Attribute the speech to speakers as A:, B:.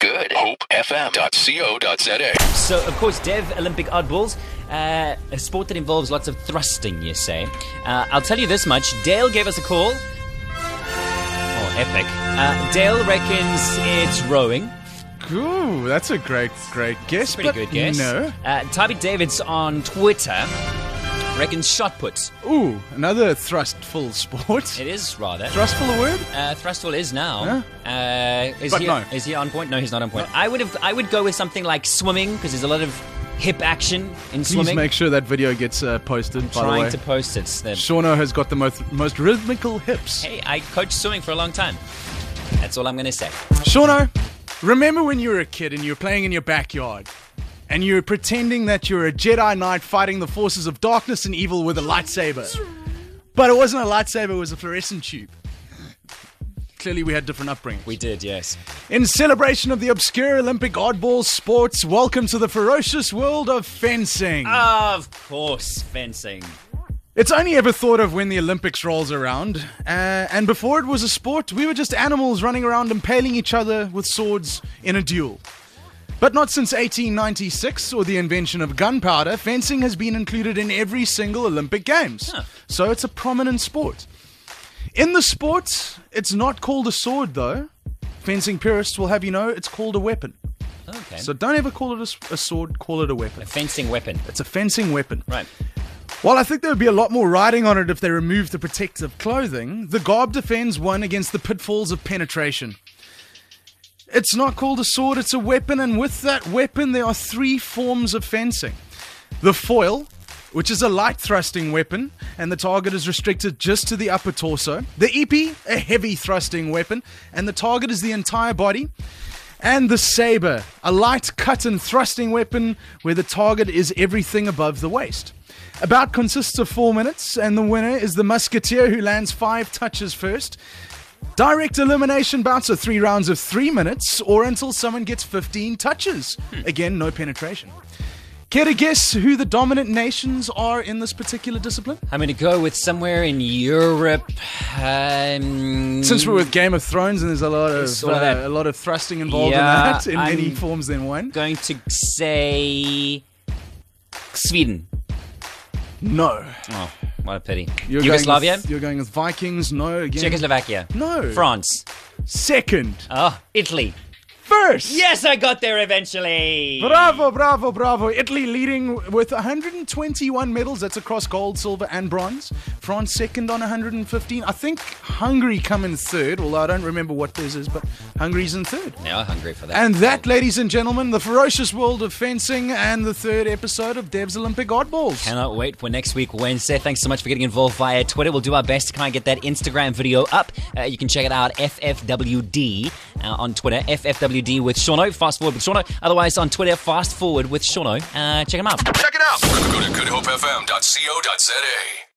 A: at hopefm.co.za.
B: So, of course, Dev Olympic Oddballs, uh, a sport that involves lots of thrusting, you say. Uh, I'll tell you this much Dale gave us a call. Oh, epic. Uh, Dale reckons it's rowing.
C: Ooh, that's a great, great guess.
B: Pretty
C: but
B: good guess.
C: No.
B: Uh, Tybee Davids on Twitter reckons shot put.
C: Ooh, another thrustful sport.
B: It is rather.
C: Thrustful a word?
B: Uh, Thrustful is now. Uh, is
C: But
B: he?
C: no.
B: Is he on point? No, he's not on point. I would have. I would go with something like swimming because there's a lot of hip action in
C: Please
B: swimming.
C: make sure that video gets uh, posted. by the way,
B: Trying to post it. The-
C: Shauno has got the most most rhythmical hips.
B: hey, I coached swimming for a long time. That's all I'm going to say.
C: Shauno, remember when you were a kid and you were playing in your backyard? And you were pretending that you were a Jedi Knight fighting the forces of darkness and evil with a lightsaber. But it wasn't a lightsaber, it was a fluorescent tube. Clearly, we had different upbringings.
B: We did, yes.
C: In celebration of the obscure Olympic oddball sports, welcome to the ferocious world of fencing.
B: Uh, Of course, fencing.
C: It's only ever thought of when the Olympics rolls around. Uh, and before it was a sport, we were just animals running around impaling each other with swords in a duel. But not since 1896 or the invention of gunpowder, fencing has been included in every single Olympic Games.
B: Huh.
C: So it's a prominent sport. In the sport, it's not called a sword though. Fencing purists will have you know it's called a weapon.
B: Okay.
C: So don't ever call it a s- a sword, call it a weapon.
B: a fencing weapon.
C: It's a fencing weapon.
B: Right.
C: While I think there would be a lot more riding on it if they removed the protective clothing, the garb defends one against the pitfalls of penetration. It's not called a sword, it's a weapon, and with that weapon, there are three forms of fencing the foil, which is a light thrusting weapon, and the target is restricted just to the upper torso, the epi, a heavy thrusting weapon, and the target is the entire body. And the saber, a light cut and thrusting weapon where the target is everything above the waist. A bout consists of four minutes, and the winner is the musketeer who lands five touches first. Direct elimination bouts are three rounds of three minutes or until someone gets 15 touches.
B: Hmm.
C: Again, no penetration. Care to guess who the dominant nations are in this particular discipline?
B: I'm going to go with somewhere in Europe. Um,
C: Since we're with Game of Thrones and there's a lot of,
B: It's all of that.
C: uh, a lot of thrusting involved
B: Yeah,
C: in that in many
B: I'm-
C: forms than one.
B: going to say Sweden.
C: No.
B: Oh, what a pity.
C: You're
B: Yugoslavia,
C: Going with, you're going with Vikings. No. Again.
B: Czechoslovakia,
C: No.
B: France,
C: Second.
B: oh, Italy.
C: First.
B: Yes, I got there eventually.
C: Bravo, bravo, bravo. Italy leading with 121 medals. That's across gold, silver, and bronze. France second on 115. I think Hungary come in third, although I don't remember what theirs is, but Hungary's in third.
B: Now I'm hungry for that.
C: And that, ladies and gentlemen, the ferocious world of fencing and the third episode of Dev's Olympic Oddballs.
B: Cannot wait for next week, Wednesday. Thanks so much for getting involved via Twitter. We'll do our best to kind of get that Instagram video up. Uh, you can check it out, FFWD uh, on Twitter, FFWD with Shauno. Fast forward with Shauno. Otherwise, on Twitter, fast forward with Shauno. Uh, check him out.
A: Check it out. Go to goodhopefm.co.za.